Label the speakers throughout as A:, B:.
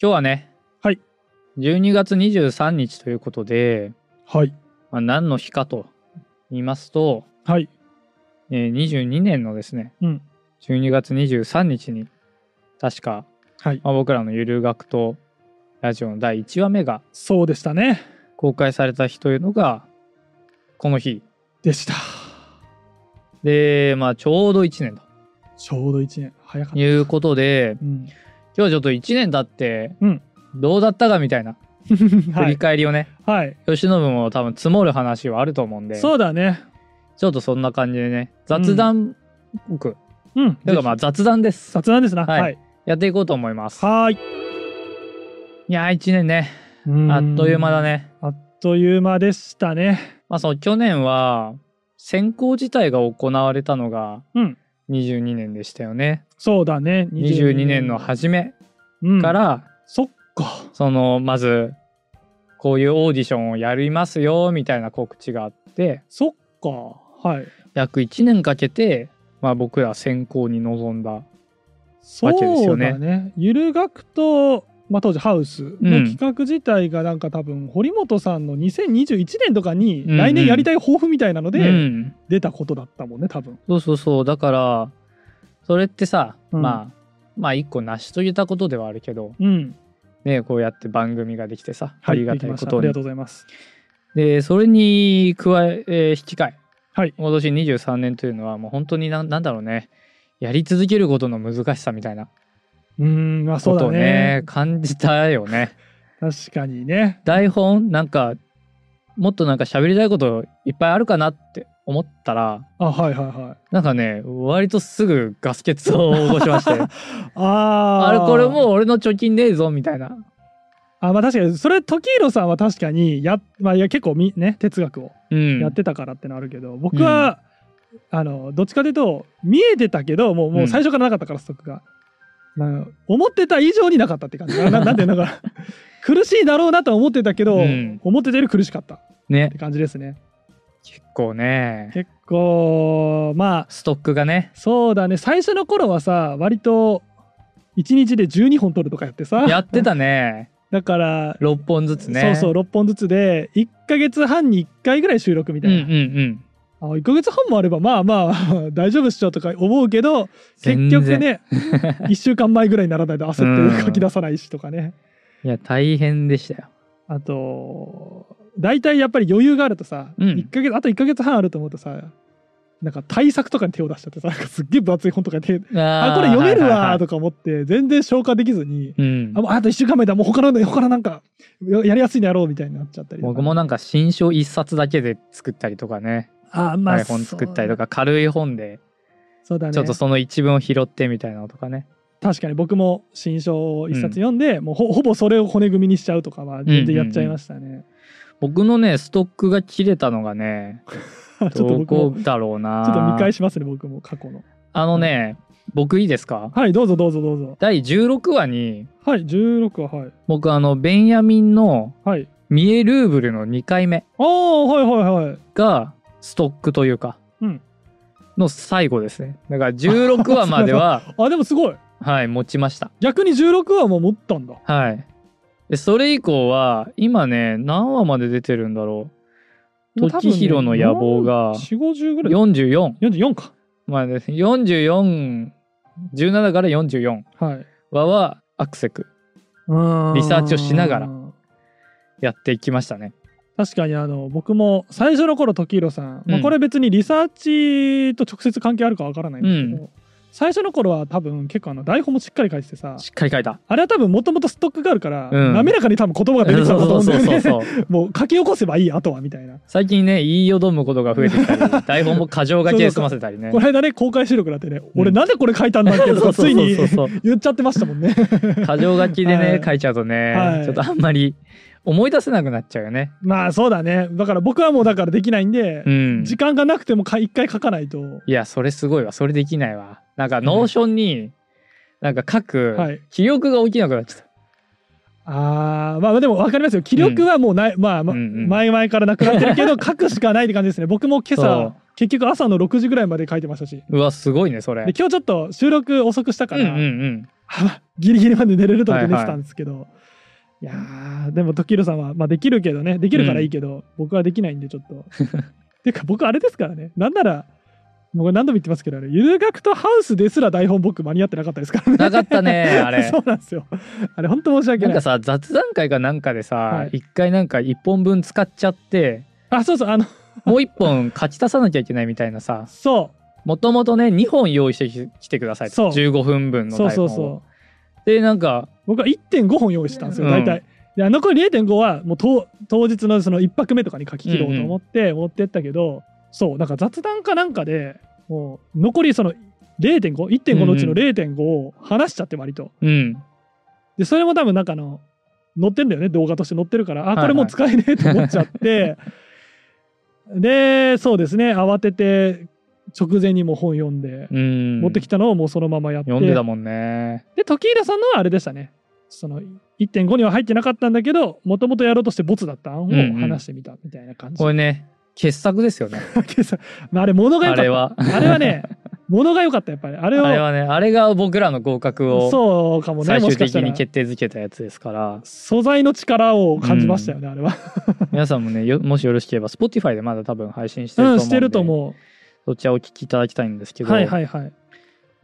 A: 今日はね、
B: はい、
A: 12月23日ということで、
B: はい。
A: まあ、何の日かと言いますと、
B: はい。
A: えー22年のですね
B: うん。
A: 12月23日に確か、
B: はい。
A: まあ、僕らの「ゆる学とラジオ」の第1話目が
B: そうでしたね。
A: 公開された日というのがこの日
B: でした。
A: で、まあ、ちょうど1年と
B: ちょうど1年。早かった。
A: いうことで
B: うん。
A: 今日はちょっと1年経って
B: うん
A: どうだったかみたいな振
B: は
A: り
B: い。
A: 返りをね、
B: はい。
A: 吉野も多分積もる話はあると思うんで
B: そうだね。
A: ちょっとそんな感じでね、雑談っぽく、
B: うん。
A: だからまあ雑談です。
B: 雑談ですな。
A: はい
B: はい。
A: やっていこうと思います。
B: はーい。
A: いやー、1年ね、
B: うん
A: あっという間だ。ね。
B: あっという間でしたね。
A: まあその去年は、選考自体が行われたのが
B: うん。
A: 22年でしたよね。
B: そうだね。
A: 22年の初めか、
B: うん
A: ら、
B: そっか。
A: その、まず、こういうオーディションをやりますよ、みたいな告知があって、
B: そっか。はい。
A: 約1年かけて、まあ僕ら選考に臨んだ。
B: そう
A: けですよね
B: だね。ゆる学と、まあ、当時ハウス
A: う
B: の
A: ん
B: 企画自体がなんか多分堀本さんの2021年とかに
A: うんうん
B: 来年やりたい抱負みたいなの
A: う
B: で
A: ん
B: 出たことだったもんね多分。
A: そうそうそうだからそれってさ、
B: うん
A: まあまあ一個成し遂げたことではあるけど
B: うん。
A: ねこうやって番組ができてさ、
B: は
A: ありが
B: でき
A: たい
B: まし
A: こ
B: た
A: と
B: あ
A: に
B: りがとうございます。
A: でそれに加ええー引き換え、
B: はい
A: 今年23年というのはもう本当になんなんだろうねやり続けることの難しさみたいな
B: うーん、まあそ
A: こ
B: う
A: とを
B: だ
A: ね
B: ね。
A: 感じたよね
B: 確かにね。
A: 台本なんかもっとなんか喋りたいこといっぱいあるかなって思ったら
B: あ、はいはいはい。
A: なんかね割とすぐガス欠を起こしまして
B: あ
A: あれ
B: ー
A: これもう俺の貯金ねえぞみたいな
B: あ、まあ確かに、それ、時宏さんは確かにや、まあいや結構み、ね、哲学を
A: うん、
B: やってたからってのあるけど、僕は、あの、どっちかというと、見えてたけど、もう、もう最初からなかったから、ストックが。な思ってた以上になかったって感じ。なななんていう のか、苦しいだろうなと思ってたけど、
A: うん
B: 思ってたより苦しかったっ
A: ね
B: て感じですね。
A: 結構ね
B: 結構、まあ、
A: ストックが ね
B: そうだね最初の頃はさ割と1日で12本取るとかやってさ
A: やってたね
B: だから、
A: 6本ずつね
B: そうそう6本ずつで1ヶ月半に1回ぐらい収録みた
A: うん
B: い
A: うん
B: な、
A: うん
B: あ1ヶ月半もあればまあ まあ大丈夫っしょとか思うけど結
A: 全然
B: 局ね 1週間前ぐらいにならないと焦って書き出さないしとかね、
A: いや大変でしたよ
B: あと大体やっぱり余裕があるとさ、
A: うん
B: 一ヶ月あと1ヶ月半あると思うとさなんか対策とかに手を出しちゃってさなんかすっげえ分厚い本とかに手
A: あ
B: あこれ読めるわー
A: と
B: とか思って全然消化できずに、
A: うん
B: あもうあと1週間前だもう他の他のなんかややりやすいのやろうみたいになっちゃったりとか
A: 僕もなんか新書一冊だけで作ったりとかね、
B: あ、まあ、
A: 台本作ったりと
B: か
A: か軽い本で
B: そうだね
A: ちょっとその一文を拾ってみたいなのとかね
B: 確かに僕も新書を一冊読んで、もうほほぼそれを骨組みにしちゃうとかは全然やっちゃいましたね、
A: 僕のねストックが切れたのがね
B: ちょっと
A: ど
B: 僕も
A: こだろうな
B: ちょっと見返しますね僕も過去の
A: あのね僕いいですか
B: はいどうぞどうぞどうぞ
A: 第16話に
B: はい16ははい
A: 僕あのベンヤミンの
B: はい
A: ミエルーブルの2回目
B: ああはいはいはい
A: がストックというか、
B: うん
A: の最後ですねだから16話 までは
B: あでもすごい
A: はい持ちました
B: 逆に16話も持ったんだ
A: はいでそれ以降は今ね何話まで出てるんだろう時宏の野望が
B: 4 5 0ぐらい
A: 44
B: 44か
A: まあですね4417から44
B: はい
A: 話はアクセクリサーチをしながらやっていきましたね
B: 確かにあの僕も最初の頃時宏さん、ま
A: う
B: あ、
A: ん
B: これ別にリサーチと直接関係あるかわからないんですけど、最初の頃は多分結構あの台本もしっかり書いててさ
A: しっかり書いた
B: あれは多分もともとストックがあるから、
A: うん
B: 滑らかに多分言葉が出てきたんだと思うんだよ
A: そうそう
B: ね
A: そうそう
B: もう書き起こせばいいあとはみたいな、
A: 最近ね言いよどむことが増えてきた り台本も過剰書きで済ませたりね
B: この間ね公開収録だってね、
A: うん
B: 俺なんでこれ書いたんだっけとかついに
A: そうそうそう そう
B: 言っちゃってましたもんね
A: 過剰書きで
B: は
A: ね
B: い
A: 書いちゃうとね、
B: はい
A: ちょっとあんまり思い出せなくなっちゃうよね。
B: まあそうだねだから僕はもうだからできないんで
A: う、ん、
B: 時間がなくてもか一回書かないと
A: いやそれすごいわそれできないわ。なんかノーションになんか書く
B: はい
A: 記憶が起きなくなっちゃっ
B: あーまあでも分かりますよ気力はもうない、まあ、ま
A: うんうん
B: 前々からなくなっ てるけど書くしかないって感じですね僕も今
A: そう
B: 朝結局朝の6時ぐらいまで書いてましたしで
A: た。うわすごいねそれ。
B: 今日ちょっと収録遅くしたか
A: うんう
B: ら、
A: んうん。
B: はギリギリまで寝れると思って寝てたんですけど、いやーでも時キルさんは、まあ、できるけどねできるからいいけど、僕はできないんでちょっと てか僕あれですからねなんならもう何度も言ってますけどあれゆるがくとハウスですら台本僕間に合ってなかったですからね
A: なかった ねあれ
B: そうなんですよあれ本当申し訳
A: なん
B: ない
A: かさ雑談会かなんかで
B: は
A: さ
B: い
A: 一、回なんか一本分使っちゃって
B: あそうそうあの
A: もう一本勝ち足さなきゃいけないみたいなさ
B: そ
A: もともとね2本用意してききてください
B: そう
A: と15分分
B: う
A: の
B: そう
A: 台
B: そ
A: 本を
B: うそう
A: でなんか
B: 僕は1.5本用意してたんですよ、
A: うん
B: 大体。で残り0.5はもう当当日のその1泊目とかに書き切ろうと思って持ってったけど、そうなんか雑談かなんかでもう残りその0.51.5のうちの
A: うん
B: 0.5を話しちゃって割と
A: うん
B: でそれも多分なんかあの載ってんだよね動画として載ってるから
A: はい
B: あ
A: はい
B: これもう使えねえと思っち ゃって、でそうですね慌てて直前にもう本読んで、
A: うん
B: 持ってきたのをもうそのままやって
A: 読んでたもんね
B: で時平さんのはあれでしたねその1.5には入ってなかったんだけどもともとやろうとしてボツだった案を
A: うんうん
B: 話してみたみたいな感じ、
A: これね傑作です よね
B: けどさ まあ、あれ物が良
A: あ
B: かった
A: れは
B: あれはね 物が良かったやっぱりあれを
A: あれはねあれが僕らの合格を
B: そうかもね
A: 最
B: も
A: 終
B: しか
A: 的
B: したら
A: に決定づけたやつですから
B: 素材の力を感じましたよね、あれは
A: 皆さんもねよもしよろしければ Spotify でまだ多分配信してると
B: う
A: 思うん
B: ん
A: で
B: してると思
A: そちらお聞きいただきたいんですけ
B: う
A: ど、
B: はい
A: い、
B: はいはい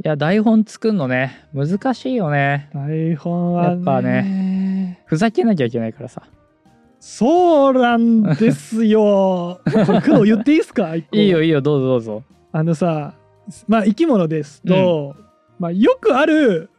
A: や台本作んのね難しいよね
B: 台本は
A: や
B: ね
A: っぱふざけなきゃいけないからさ
B: そうなんですよ これ工藤言っていいですか一個
A: いいよいいよどうぞどうぞ
B: あのさまあ生き物ですと、まあ、よくある、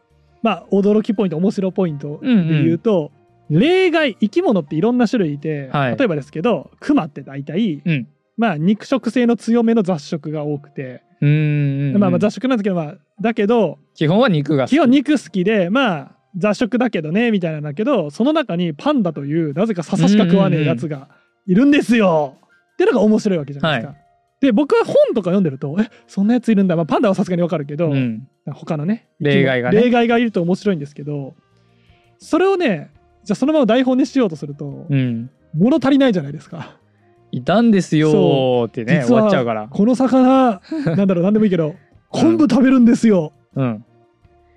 B: まあ、驚きポイント面白ポイントで言うと、例外生き物っていろんな種類いて、
A: はい
B: 例えばですけどクマって大体、
A: うん
B: まあ、肉食性の強めの雑食が多くて、
A: うーん
B: まあ、まあ雑食なんですけど、まあ、だけど
A: 基本は肉が好き
B: 基本肉好きでまあ雑食だけどねみたいなんだけどその中にパンダというなぜか笹しか食わねえやつがいるんですよ、ってのが面白いわけじゃないですか。で僕は本とか読んでるとえそんなやついるんだ、まあ、パンダはさすがにわかるけど、
A: うん
B: 他のね
A: 例外がね
B: 例外がいると面白いんですけどそれをねじゃあそのまま台本にしようとすると、
A: うん
B: 物足りないじゃないですか。
A: いたんですよ
B: そ
A: ーってね終
B: 実は
A: わっちゃうから
B: この魚なんだろう何でもい いけど昆布食べるんですよ。
A: うん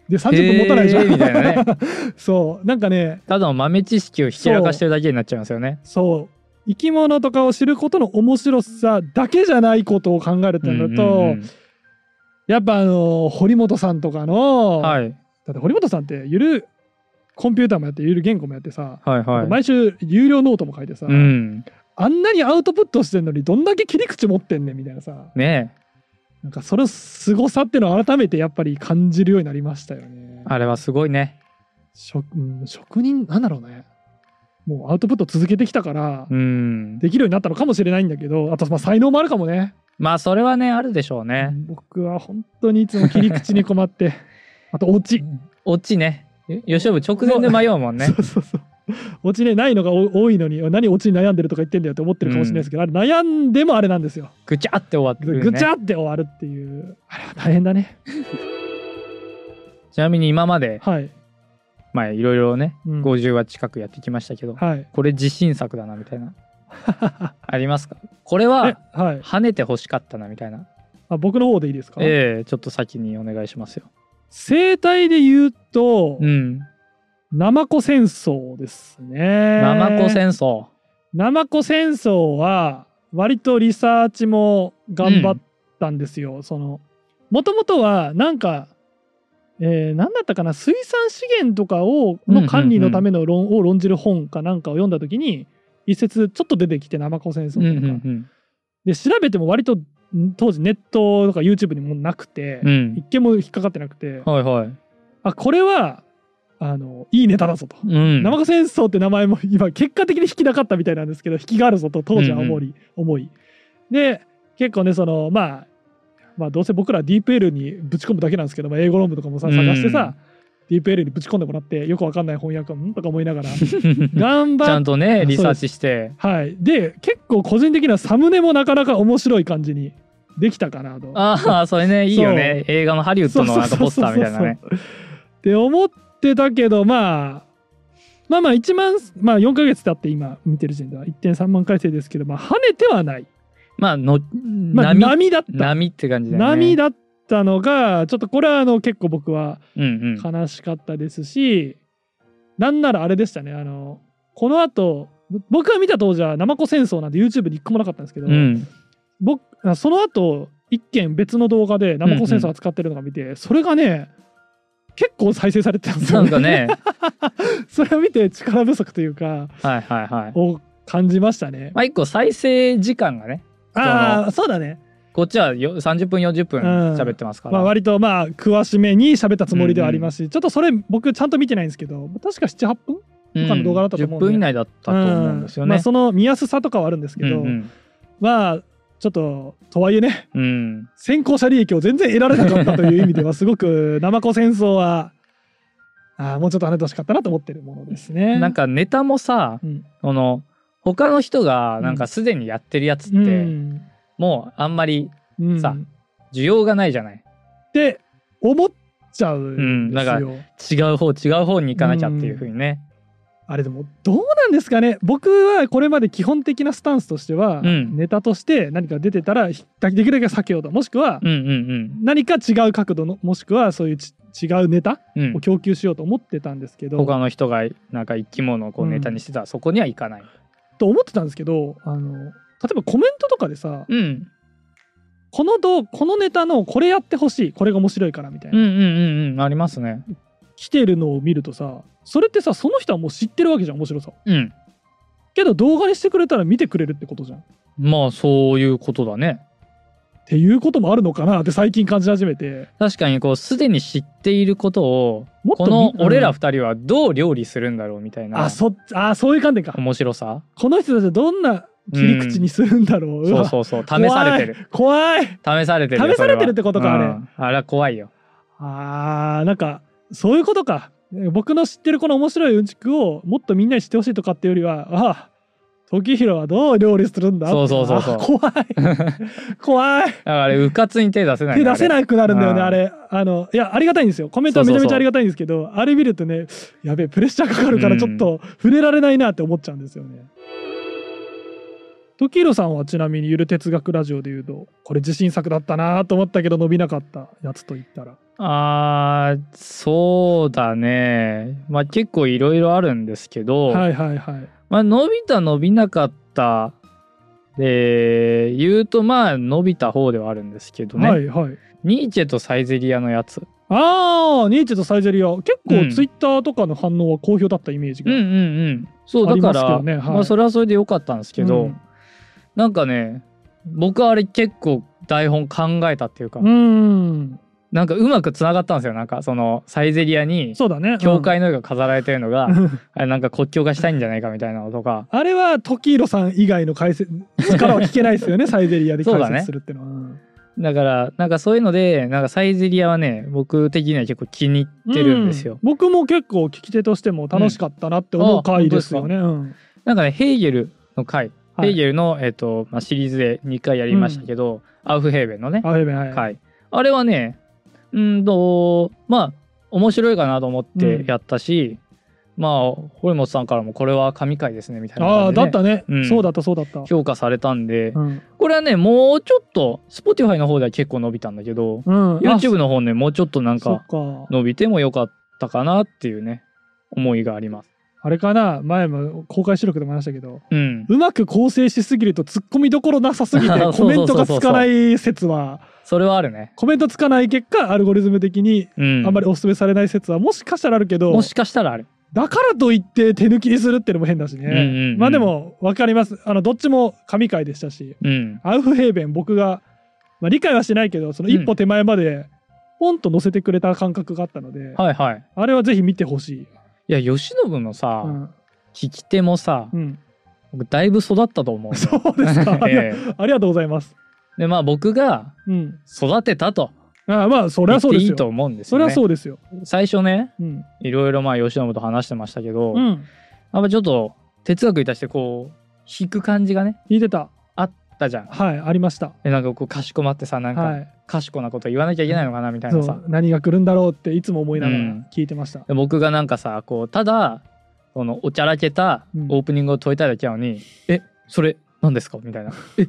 B: で30分持たないじゃ
A: へ
B: ん。
A: ーみたいなね
B: そうなんかね
A: ただの豆知識をひけらかしてるだけになっちゃいますよね
B: そう生き物とかを知ることの面白さだけじゃないことを考えるってなると、
A: うんうん
B: やっぱあの堀本さんとか
A: う
B: の、
A: んはい
B: だって堀本さんってゆるコンピューターもやってゆる言語もやってさ、
A: はいはい
B: 毎週有料ノートも書いてさ、
A: うん
B: あんなにアウトプットしてんのにどんだけ切り口持ってんねんみたいなさ
A: ねえ
B: なんかその凄さっていうのを改めてやっぱり感じるようになりましたよね。
A: あれはすごいね
B: 職うん職人なんだろうねもうアウトプット続けてきたから、
A: うん
B: できるようになったのかもしれないんだけどあとまあ才能もあるかもね
A: まあそれはねあるでしょうね
B: 僕は本当にいつも切り口に困って あとオチ、
A: オチね吉部直前で迷うもんね
B: そうそうそうオチねないのがお多いのに何オチに悩んでるとか言ってんだよって思ってるかもしれないですけど、あれ悩んでもあれなんですよ
A: ぐちゃって終わってる、ね、
B: ぐちゃって終わるっていうあれは大変だね
A: ちなみに今まで
B: はい、
A: まあいろいろね
B: うん
A: 50話近くやってきましたけど、
B: はい
A: これ自信作だなみたいな ありますかこれは
B: えはい
A: 跳ねて欲しかったなみたいな
B: あ僕の方でいいですか、
A: ええちょっと先にお願いしますよ
B: 生態で言うと、
A: うん
B: ナマコ戦争ですね
A: ナマコ戦争
B: ナマコ戦争は割とリサーチも頑張ったんですよ。そのもともとはなんか、えー何だったかな水産資源とかを
A: うんうんう
B: の
A: ん
B: 管理のための論を論じる本かなんかを読んだ時に一節ちょっと出てきてナマコ戦争と
A: うん
B: か、
A: うん
B: で調べても割とん当時ネットとか YouTube にもなくて、
A: うんうん
B: 一件も引っかかってなくて、
A: はいはい
B: あこれはあのいいネタだぞと。
A: うん
B: ナマコ戦争って名前も今結果的に引きなかったみたいなんですけど引きがあるぞと当時は思い,、思いで結構ねそのまあまあどうせ僕ら DeepL にぶち込むだけなんですけど、まあ、英語論文とかもさ
A: うん
B: 探してさ、DeepL にぶち込んでもらってよくわかんない翻訳んとか思いながら 頑
A: ち
B: 張
A: ゃ
B: っ
A: ん
B: て
A: とねリサーチして
B: はいで結構個人的にはサムネもなかなか面白い感じにできたかなと
A: ああそれねいいよね映画のハリウッドのなんかポスターみたいなね
B: そうそうそうそう。って思ってたけど、まあ、まあまあ1万、まあ4ヶ月経って今見てる時点では1.3万回生ですけど、まあ跳ねてはない。
A: まあの
B: まあ
A: 波
B: 波だった。
A: 波って感じだよね
B: 波だったのがちょっとこれはあの結構僕は
A: うんうん。
B: 悲しかったですし、なんならあれでしたねあのこの後僕が見た当時は「ナマコ戦争」なんて YouTube に一個もなかったんですけど、
A: うん。
B: 僕あその後一件別の動画で「ナマコ戦争」扱ってるのが見て、それがね結構再生されてたんです
A: な
B: よ、
A: んかね、
B: ね、それを見て力不足というか
A: はいはい はい。
B: を感じましたね。
A: まあ一個再生時間がね、
B: ああーそうだね、
A: こっちはよ30分40分
B: うん
A: 喋ってますか
B: ま
A: ら。
B: あ、割とまあ詳しめに喋ったつもりではありますし、ちょっとそれ僕ちゃんと見てないんですけど確か78分
A: うん
B: 他の動画だったと思うんで
A: 10分以内だったと思うんですよ
B: んま
A: ね
B: あ、。その見やすさとかはあるんですけど、
A: うん
B: まあちょっととはいえね
A: うんうん
B: 先行者利益を全然得られなかったという意味ではすごくナマコ戦争は あーもうちょっと跳ねてほしかったなと思ってるものですね。
A: なんかネタもさ
B: う、ん、
A: この他の人がなんかすでにやってるやつって、
B: うん
A: もうあんまり
B: うん
A: さ需要がないじゃない。
B: って思っちゃうんですよ。
A: う違う方違う方に行かなきゃっていう風にね。
B: あれでもどうなんですかね僕はこれまで基本的なスタンスとしては、
A: うん
B: ネタとして何か出てたらひできるだけ避けようともしくは
A: うんうん
B: 何か違う角度のもしくはそういうち違うネタ
A: うん。うん
B: を供給しようと思ってたんですけど、
A: 他の人がなんか生き物をこうネタにしてたらそこには行かない。
B: と思ってたんですけどあの例えばコメントとかでさ
A: うん
B: このどうこのネタのこれやってほしいこれが面白いからみたい
A: うんう
B: な、
A: んうんうんありますね。
B: 来てるのを見るとさそれってさその人はもう知ってるわけじゃん面白さを
A: うん。
B: けど動画にしてくれたら見てくれるってことじゃんっ
A: まあそういうことだね。
B: ていうこともあるのかなって最近感じ始めて
A: 確かにこうすでに知っていることを
B: もっと
A: この
B: み
A: 俺
B: う
A: ら
B: ん
A: 二人はどう料理するんだろうみたいな
B: あそあそういう観点か
A: 面白さ
B: この人たちはどんな切り口にするんだろう,、う
A: そう
B: わ
A: そうそう試されてる
B: 怖い
A: 試されてるよ
B: 試されてるって
A: そは
B: ことかあれ
A: うんあれは怖いよ
B: あーなんかそういうことか僕の知ってるこの面白いうんちくをもっとみんなに知ってほしいとかっていうよりはあ時宏はどう料理するんだ
A: そうそうそうそう
B: あ怖い 怖い
A: だからあれうかつに手出せない
B: 手出せ
A: い
B: なくなるんだよね
A: うん
B: あれあのいやありがたいんですよコメントは
A: そ
B: め
A: う
B: ち
A: そうそう
B: ゃめちゃありがたいんですけどあれ見るとねやべえプレッシャーかかるから
A: うん
B: ちょっと触れられないなって思っちゃうんですよね。時宏さんはちなみにゆる哲学ラジオで言うとこれ自信作だったなと思ったけど伸びなかったやつと言ったら。
A: あーそうだねまあ結構いろいろあるんですけど、
B: はいはいはい。
A: まあ伸びた伸びなかったで言うとまあ伸びた方ではあるんですけどね、
B: はいはい。
A: ニーチェとサイゼリアのやつ
B: ああ、ニーチェとサイゼリア、結
A: うん
B: 構ツイッターとかの反応は好評だったイメージ
A: う
B: が。
A: んうんうんそう
B: あ
A: だ
B: り
A: か
B: ますけ
A: ら
B: どねはい
A: まあ、それはそれで良かったんですけど、
B: うん
A: なんかね僕はあれ結構台本考えたっていうか、
B: うん、
A: なんかうまくつながったんですよなんかそのサイゼリアに
B: そうだね。
A: 教会の絵が飾られてるのが、
B: うん。
A: あれなんか国境がしたいんじゃないかみたいなのとか
B: あれは時宏さん以外の解説 からは聞けないですよ ねサイゼリアで解説するっていうのは。うん
A: だからなんかそういうのでなんかサイゼリアはね僕的には結構気に入ってるんですよ
B: う、僕も結構聞き手としても楽しかったなって思う回ですよね。うん
A: なんかねヘーゲルの回、
B: はい
A: ヘーゲルの、えっとまあ、シリーズで2回やりましたけど、アウフヘーベンのね
B: あやべはい
A: 回あれはねうんとまあ面白いかなと思ってやったし、まあ堀本さんからもこれは神回ですねみたいな
B: ああ
A: 感じで
B: だ
A: ね、
B: ったね、
A: うん
B: そうだったそうだった。
A: 評価されたんで、
B: うん。
A: これはねもうちょっと Spotify の方では結構伸びたんだけど、
B: うん、
A: YouTube の方ねもうちょっとな
B: なん
A: か
B: そっか
A: 伸びてもよかったかなっていうね思いがあります。
B: あれかな前も公開収録でも話したけど
A: うん、
B: うまく構成しすぎるとツッコミどころなさすぎて
A: そうそうそ
B: コ
A: う
B: メ
A: そう
B: ントがつかない説は
A: それはあるね。
B: コメントつかない結果アルゴリズム的に
A: うん、
B: あんまりおすすめされない説はもしかしたらあるけど、
A: もしかしたらある。
B: だからといって手抜きにするってのも変だしね、
A: うんうんうん
B: まあでも分かりますあのどっちも神回でしたし
A: うん、
B: アウフヘーベン僕が、まあ、理解はしてないけどその一歩手前までポンと乗せてくれた感覚があったので、
A: はいはい。
B: あれはぜひ見てほしい、
A: いや吉信のさ、
B: うん
A: 聞き手もさ
B: う、ん。
A: 僕だいぶ育ったと思う
B: そうです か、ありが
A: ええ
B: ありがとうございます、
A: でまあ僕が
B: うん、
A: 育てたと
B: ああまあそ
A: 言
B: れは
A: って
B: そうです
A: い
B: よ
A: いと思うんです
B: そ
A: よ
B: れ
A: ね。
B: はそうですよ、
A: 最初ね
B: うん
A: いろいろまあ吉信と話してましたけど、
B: う
A: やっ
B: ん、
A: ぱちょっと哲学に対してこう引く感じがね
B: 聞いてた
A: あったじゃん。
B: はいありました
A: でなんかこうかしこまってさなん
B: は
A: か
B: い
A: かしこなこと言わなきゃいけないのかなみたい
B: そ
A: なさ、
B: う何が来るんだろうっていつも思いながら
A: うん
B: 聞いてました、
A: で僕がなんかさこうただそのおちゃらけた
B: うん
A: オープニングを問いたいだけなのに「 えそれ何ですか?」みたいな「え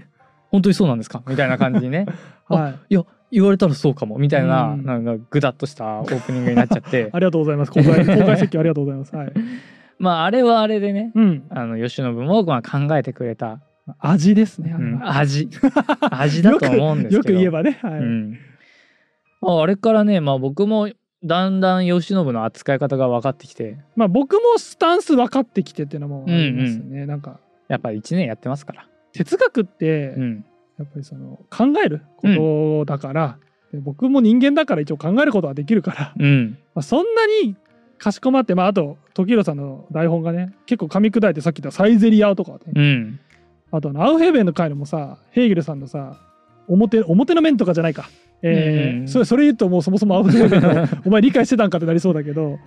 A: 本当にそうなんですか?」みたいな感じにねあ
B: はい
A: いや言われたらそうかもみたいな,、
B: うん
A: なんかぐだっとしたオープニングになっちゃって
B: ありがとうございます。公開公開説教ありがとうございます。はい。
A: まああれはあれでね
B: うん。
A: あの吉野もまあ考えてくれた、
B: 味ですね。あ
A: う
B: れ
A: ん
B: は
A: 味味だと思うんですけど
B: よく言えばね。はい。
A: うんまあ、あれからね、まあ、僕もだんだん慶喜の扱い方が分かってきて
B: まあ僕もスタンス分かってきてっていうのもありますね。なんか
A: やっぱ1年やってますから、
B: 哲学って、
A: うん
B: やっぱりその考えることだから、で僕も人間だから一応考えることはできるから、
A: うん、
B: まあ、そんなにかしこまって、まあ、あと時宏さんの台本がね結構噛み砕いてさっき言ったサイゼリアとかね、
A: うん、
B: あとあのアウヘーベンの回のもさヘーゲルさんのさ表表の面とかじゃないか、えー
A: うん
B: それそれ言うともうそもそもアウヘーベンの お前理解してたんかってなりそうだけど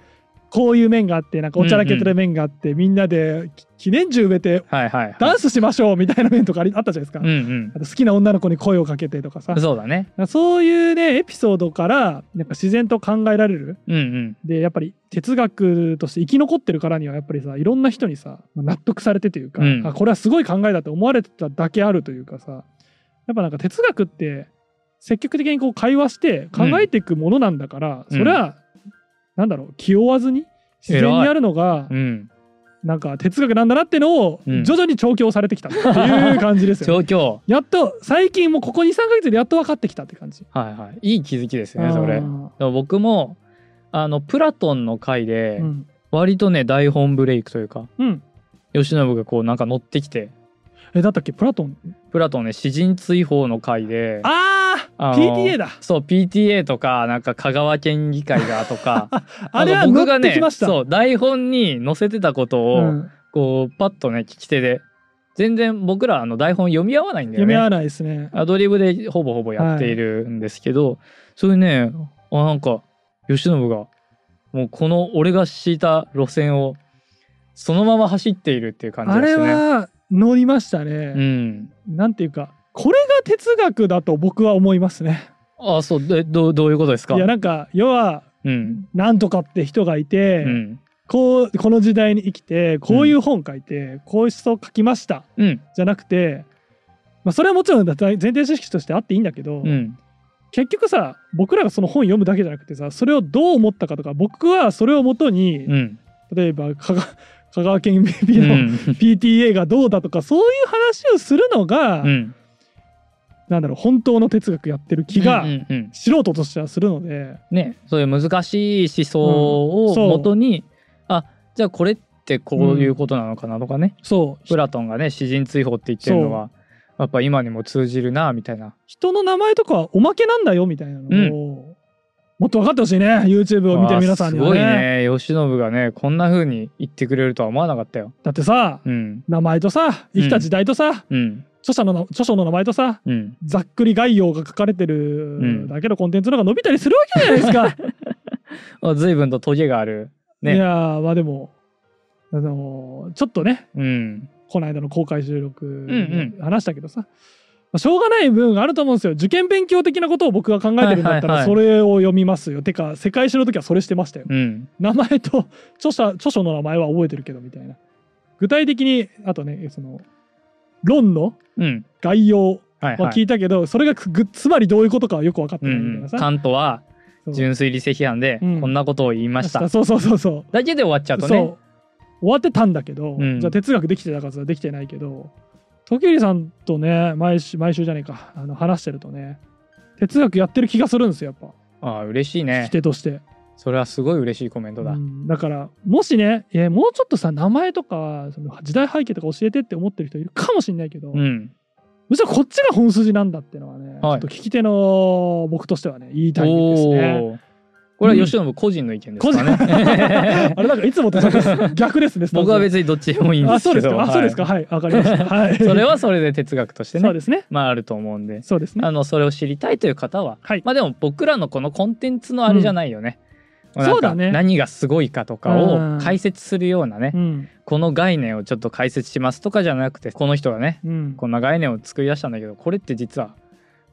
B: こういう面があってなんかおちゃらけてる面があって、みんなでき記念樹植えて
A: はいはいはい
B: ダンスしましょうみたいな面とかありあったじゃないですか、
A: うん
B: あと好きな女の子に声をかけてとかさ
A: うんそうだね
B: そういうねエピソードからなんか自然と考えられる
A: うん
B: でやっぱり哲学として生き残ってるからにはやっぱりさいろんな人にさ納得されてというか、
A: うん
B: あこれはすごい考えだと思われてただけあるというかさやっぱなんか哲学って積極的にこう会話して考えていくものなんだから、
A: うん
B: それは、なんだろう気負わずに自然にやるのが
A: うんうん
B: なんか哲学なんだなってのを
A: うん
B: 徐々に調教されてきたっていう感じですよ、ね
A: 調教
B: やっと最近もうここ23ヶ月でやっと分かってきたって感じ。
A: はいはいいい気づきですねそれ
B: あ
A: で
B: ー
A: も僕もあのプラトンの回で
B: うん
A: 割とね台本ブレイクというか
B: うん、
A: 慶喜がこうなんか乗ってきて
B: えだったっけプラトン
A: プラトンね詩人追放の回で
B: ああ
A: あの
B: PTA だ
A: そう PTA とかなんか香川県議会がと か
B: あれは
A: の
B: 乗
A: 僕が
B: って
A: ね
B: きました。
A: そう台本に載せてたこと
B: う
A: を、
B: ん
A: こうパッとね聞き手で全然僕らあの台本読み合わないんだよ
B: 読み合
A: ね
B: わないですね。
A: アドリブでほぼほぼやっているんですけど、それねあなんか慶喜がもうこの俺が敷いた路線をそのまま走っているっていう感
B: あ
A: じで
B: れ
A: すね。
B: は乗りました
A: う
B: ね。
A: ん、
B: なんていうか、これが哲学だと僕は思いますね。
A: あそうでどうどういうことですか
B: いや、なんか、要は、
A: うん
B: なんとかって人がいうて、
A: ん
B: こう、この時代に生きて、こういう本書いて、こういう思想書きました、
A: うん
B: じゃなくて、まあ、それはもちろんだ前提知識としてあっていいんだけど、
A: うん
B: 結局さ僕らがその本読むだけじゃなくてさそれをどう思ったかとか僕はそれをもとに、
A: うん
B: 例えば香川香川県 BP
A: う
B: の、
A: ん
B: PTA がどうだとかそういう話をするのが、
A: うん
B: なんだろう本当の哲学やってる気が、
A: うんうんうん
B: 素人としてはするので、
A: ね、そういう難しい思想を
B: うんそう
A: もとに、あじゃあこれってこういうことなのかなとかね、
B: そう
A: プラトンがね詩人追放って言ってるのはやっぱ今にも通じるなみたいな
B: 人の名前とかはおまけなんだよみたいなのを、もっと分かってほしいね YouTube を見てる皆さんに
A: あー
B: は
A: すごい
B: ね
A: ね慶喜がねこんな風に言ってくれるとは思わなかったよ。
B: だってさ
A: うん
B: 名前とさ生きた時代とさ、
A: うん
B: 著者のな著書の名前とさ
A: うん、
B: ざっくり概要が書かれて
A: うん
B: るだけのコンテンツの方が伸びたりするわけじゃないですか。
A: あ随分とトゲがある。 ね
B: いやーまあでもあのーちょっとね
A: うん
B: この間の公開収録
A: ん
B: で話したけどさ、まあしょうがない部分があると思うんですよ受験勉強的なことを僕が考えてるんだった
A: は
B: ら
A: いはい
B: それを読みますよ、てか世界史の時はそれしてましたよ
A: うん
B: 名前と著者著書の名前は覚えてるけどみたいな具体的にあとねその論の
A: うん
B: 概要
A: はい
B: は
A: は
B: 聞
A: い。
B: いたけど、それがぐつまりどういうことかはよく分かって
A: うん
B: な
A: う
B: いみたい
A: ん、
B: なさ、
A: 関東は
B: そう
A: 純粋理性批判でこ
B: うん
A: んなことを言いました、
B: そうそうそうそう
A: だけで終わっちゃうと
B: そ
A: ね
B: う終わってたんだけど、
A: うん
B: じゃあ哲学できてたかつはできてないけど時入さんとね毎週毎週じゃねえかあの話してるとね哲学やってる気がするんですよやっ
A: ああ嬉しい
B: ぱ、
A: ね
B: 聞き手として
A: それはすごい嬉しいコメントだ、
B: うんだからもしねいやもうちょっとさ名前とかその時代背景とか教えてって思ってる人いるかもしれないけど、
A: うん、
B: むしろこっちが本筋なんだってのは
A: は
B: ね、
A: い
B: ちょっと聞き手の僕としてはね言いたいんです
A: お
B: ね。
A: おーこれは吉野個人の意見ですか
B: 個
A: ね。
B: あれなんかいつもと逆ですね。スタン ス
A: 僕は別にどっちでもいいんで
B: あ
A: す
B: そう
A: け
B: です
A: ど、
B: か。あそうですか。
A: はい
B: はい、わ、かりました。はい。
A: それはそれで哲学として
B: そう
A: ね、
B: ですね。
A: まああると思うんで、
B: そうですね。
A: あのそれを知りたいという方は、
B: はい
A: まあでも僕らのこのコンテンツのあれじゃないよね。
B: うん
A: なんか
B: そうだね
A: 何がすごいかとか
B: う
A: を
B: ん
A: 解説するようなね、
B: うん。
A: この概念をちょっと解説しますとかじゃなくて、この人がね、
B: うん。
A: こんな概念を作り出したんだけど、これって実は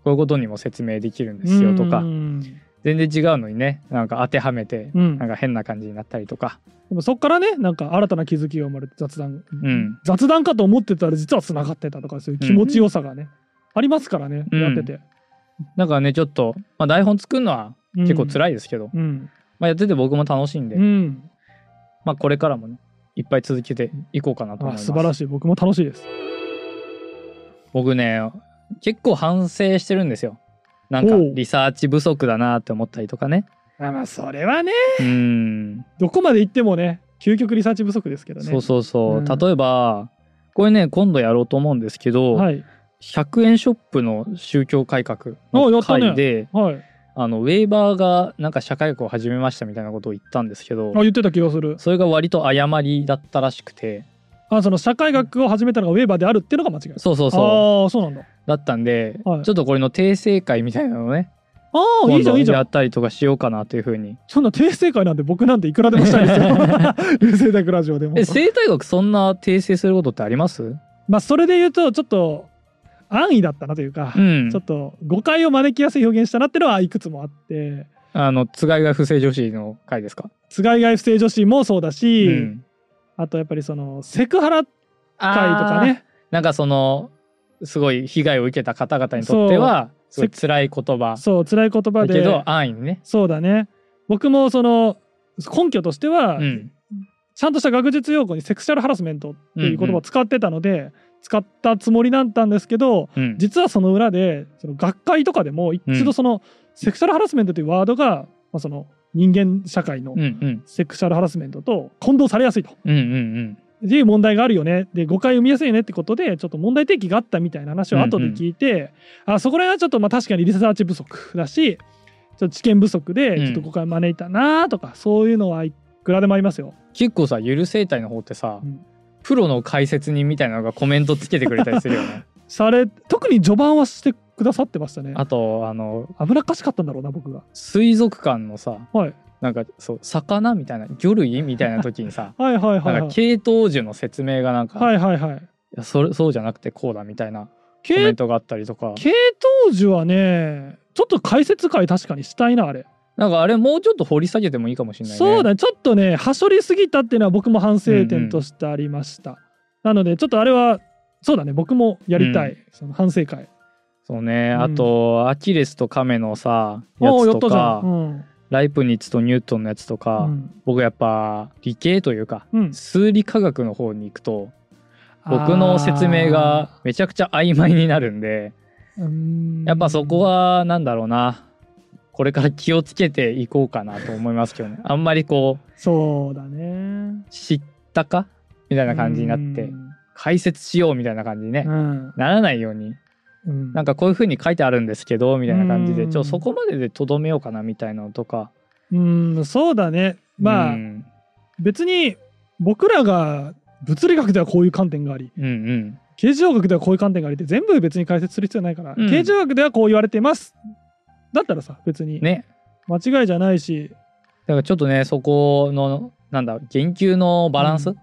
A: こういうことにも説明できるんですよとか
B: う、ん
A: 全然違うのにね、なんか当てはめて
B: うん
A: なんか変な感じになったりとか。
B: でもそっからねなんか新たな気づきが生まれて雑談、
A: ん
B: 雑談かと思ってたら実はつながってたとかそういう気持ちよさがね、ありますからね
A: うん
B: やってて、
A: なんかねちょっと、まあ、台本作るのは結構
B: い。
A: 辛いですけど、
B: うん。
A: まあ、やってて僕も楽しいんで、
B: うん。
A: まあ、これからもねいっぱい続けていこうかなと思い
B: あ、
A: ます
B: 素晴らしい。僕も楽しいです。
A: 僕ね結構反省してるんですよなんか
B: おう
A: リサーチ不足だなって思ったりとかね
B: あまあ、それはね、
A: うん
B: どこまで行ってもね、究極リサーチ不足ですけどね。
A: そうそうそう、
B: うん
A: 例えばこれね今度やろうと思うんですけど、
B: はい。
A: 100円ショップの宗教改革
B: おや
A: の
B: ったね
A: 会で、
B: はい。
A: あのウェーバーがなんか社会学を始めましたみたいなことを言ったんですけど
B: あ、言ってた気がする。
A: それが割と誤りだったらしくて
B: あ、その社会学を始めたのがウェーバーであるっていうのが間違い。
A: そうそうそう
B: ああ、そうなんだ。
A: だったんで、
B: はい
A: ちょっとこれの訂正会みたいなのをね
B: ああ、い
A: 今
B: いじゃ
A: 度
B: ん、いいじゃ
A: や
B: ん
A: っ。たりとかしようかなというふうに
B: そんな訂正会なんて僕なんていくらでもした いですよ。流星大学ラジオでも
A: え。生態学そんな訂正することってあります
B: まあ、それで言うと、ちょっと安易だったなというか、
A: うん
B: ちょっと誤解を招きやすい表現したなってのはいくつもあって、
A: あのつがいが不正女子の会ですか、
B: つがいがい不正女子もそうだし、
A: うん
B: あとやっぱりそのセクハラ会と
A: あ
B: か
A: ー
B: ね、
A: なんかそのすごい被害を受けた方々にとってはす
B: そ
A: ご
B: う
A: い辛い言葉
B: そう、辛い言葉
A: だ
B: で。
A: けど安易にね、
B: そうだね。僕もその根拠としては、
A: うん、
B: ちゃんとした学術用語にセクシャルハラスメントっていう言葉を使ってたので、使ったつもりだったんですけど、
A: うん
B: 実はその裏でその学会とかでも一度その、セクシャルハラスメントというワードが、まあ、その人間社会の
A: うんうん
B: セクシャルハラスメントと混同されやすいと。
A: うんうんうん
B: で問題があるよねで誤解を生みやすいよねってことでちょっと問題提起があったみたいな話を後で聞いて、あそこら辺はちょっとまあ確かにリサーチ不足だしちょっと知見不足で
A: うん
B: ちょっと誤解を招いたなとか、そういうのはいくらでもありますよ。
A: 結構さゆる生態の方ってさ、
B: うん
A: プロの解説人みたいなのがコメントつけてくれたりするよ ね
B: され特に序盤はしてくださってましたね。
A: あとあの
B: 危なっかしかったんだろうな僕が。
A: 水族館のさ
B: はい、
A: なんかそう魚みたいな魚類みたいな時に さ
B: はいはいはい
A: なん
B: は
A: か
B: い。
A: 系統樹の説明がなんか、
B: はいいはいはい。
A: やそれそうじゃなくてこうだみたいなコメ
B: 系
A: ントがあったりとか
B: 系統樹はねちょっと解説会確かにしたいなあれ。
A: なんかあれもうちょっと掘り下げてもいいかもしれないね
B: そうだねちょっとねはしょりすぎたっていうのは僕も反省点としてありました、なのでちょっとあれはそうだね僕もやりたい、
A: う
B: その反省会
A: そうね
B: うん
A: あと、アキレスとカメのさや
B: おおや
A: つ
B: っ
A: と
B: たじゃ
A: か
B: ん、うん
A: ライプニッツとニュートンのやつと
B: う
A: か、
B: ん
A: 僕やっぱ理系というか
B: うん
A: 数理科学の方に行くと僕の説明が
B: あ
A: めちゃくちゃ曖昧になるんで
B: ーうーん
A: やっぱそこはなんだろうなこれから気をつけていこうかなと思いますけ どねあんまりこう
B: そうだね
A: 知ったかみたいな感じになって解説しようみたいな感じにね、
B: うん
A: ならないように
B: うん
A: なんかこういう風に書いてあるんですけどみたいな感じで
B: うん
A: ちょそこまででとどめようかなみたいなのとか
B: うんそうだねまあ、
A: うん
B: 別に僕らが物理学ではこういう観点があり
A: うんうん
B: 形状学ではこういう観点がありって全部別に解説する必要ないから、
A: うん
B: 形状学ではこう言われてますだったらさ別に
A: ね
B: 間違いじゃないし
A: だからちょっとねそこのなんだ言及のバランス、
B: うん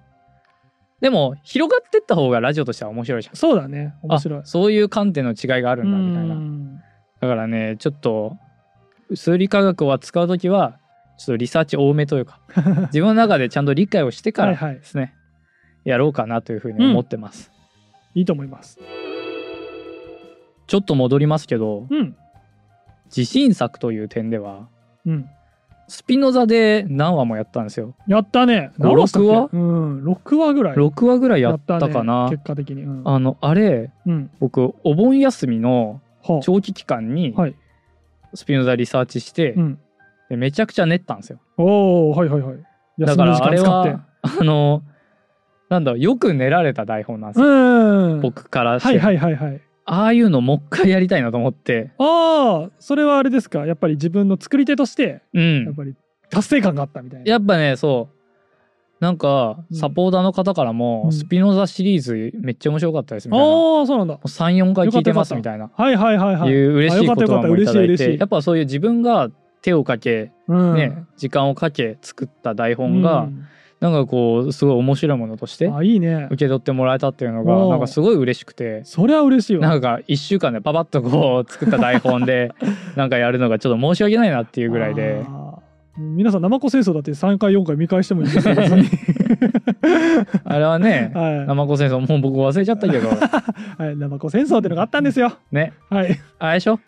A: でも広がってった方がラジオとしては面白いじゃん
B: そうだね面白い
A: あそういう観点の違いがあるんだみたいな
B: うん
A: だからねちょっと数理科学は使う時はちょっとリサーチ多めという か自分の中でちゃんと理解をしてから
B: はいはい
A: ですねやろうかなというふうに思ってます、
B: いいと思います
A: ちょっと戻りますけど
B: うん
A: 自信作という点では
B: うん
A: スピノザで何話もやったんですよ
B: やったね
A: 5
B: 何話したっけ
A: 6話
B: うん6話ぐらい
A: 6話ぐらいやった
B: ね
A: かな
B: 結果的にうん
A: あのあれ
B: うん
A: 僕お盆休みの
B: は
A: 長期期間に
B: あはい
A: スピノザリサーチして、
B: うん
A: でめちゃくちゃ練ったんですよ
B: おおはいはいはい
A: だからあれ
B: 休みの時間
A: はあのなんだろうよく練られた台本なんです
B: 使って
A: よ、
B: うん
A: 僕からして、
B: はいはいはいはい
A: ああいうのもう一回やりたいなと思って
B: ああそれはあれですかやっぱり自分の作り手として
A: う
B: やっ
A: ん
B: ぱり達成感があったみたいな
A: やっぱねそうなんか
B: うん
A: サポーターの方からも、
B: うん
A: スピノザシリーズめっちゃ面白かったですみ
B: あ
A: たいな、も
B: あそうなんだ
A: う34回聞いてます
B: よかった
A: みたい
B: よかった
A: な
B: はいはいはいはい
A: いう嬉しい
B: あ
A: 言
B: よかったよかっ
A: 葉
B: た
A: もいただい
B: 嬉しい嬉
A: て
B: しい
A: やっぱそういう自分が手をかけ、
B: うん
A: ね時間をかけ作った台本が、なんかこうすごい面白いものとし
B: う
A: て
B: んあいいね
A: 受け取ってもらえたっていうのが
B: おう
A: なんかすごい嬉しくて
B: それは嬉しい わ
A: なんか1週間でパパッとこう作った台本で なんかやるのがちょっと申し訳ないなっていうぐらいで
B: あー皆さん生子清掃だって3回4回見返してもいい んですよ別に
A: あれはね
B: は
A: 生子先生もう 僕忘れちゃったけど
B: い、はい、生子戦争っていうのがあったんですよ
A: ね
B: はい
A: あれでしょ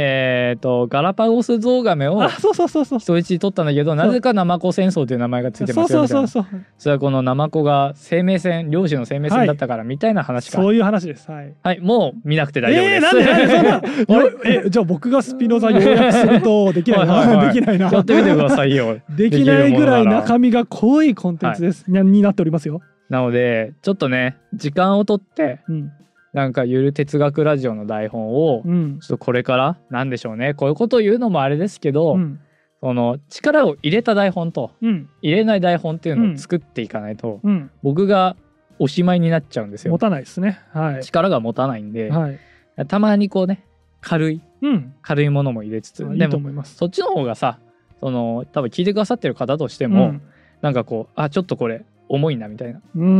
A: えっ、とガラパゴスゾウガメを
B: あそうそうそうそうそ
A: 人質に取ったんだけどなぜかナマコ戦争という名前がついてま
B: う
A: すよ
B: そう
A: みたい
B: そう
A: な
B: そう
A: それはこのナマコが生命線漁師の生命線だったからみたいな話か、
B: そういう話ですはい
A: はい、もう見なくて大丈夫です。
B: えー、なんで なんでそんなよえじゃあ僕がスピノザ要約するとできないな
A: はいはいはい
B: できないな
A: やってみてくださいよ。
B: できないぐらい中身が濃いコンテンツです、にになっておりますよ。
A: なのでちょっとね時間をとって
B: うん
A: なんかゆる哲学ラジオの台本を
B: うん
A: ちょっとこれからなんでしょうねこういうことを言うのもあれですけど、
B: うん
A: その力を入れた台本と
B: うん
A: 入れない台本っていう
B: う
A: のを
B: ん
A: 作っていかないと、
B: うん
A: 僕がおしまいになっちゃうんです
B: 持
A: よ。
B: たないですね。はい。
A: 力が持たないんで、
B: はい。
A: たまにこうね軽い
B: うん。
A: 軽いものも入れつつ
B: あい
A: で
B: いと
A: も
B: 思います。
A: そっちの方がさその多分聞いてくださってる方としても、なんかこうあちょっとこれ重いなみたいな
B: うん。う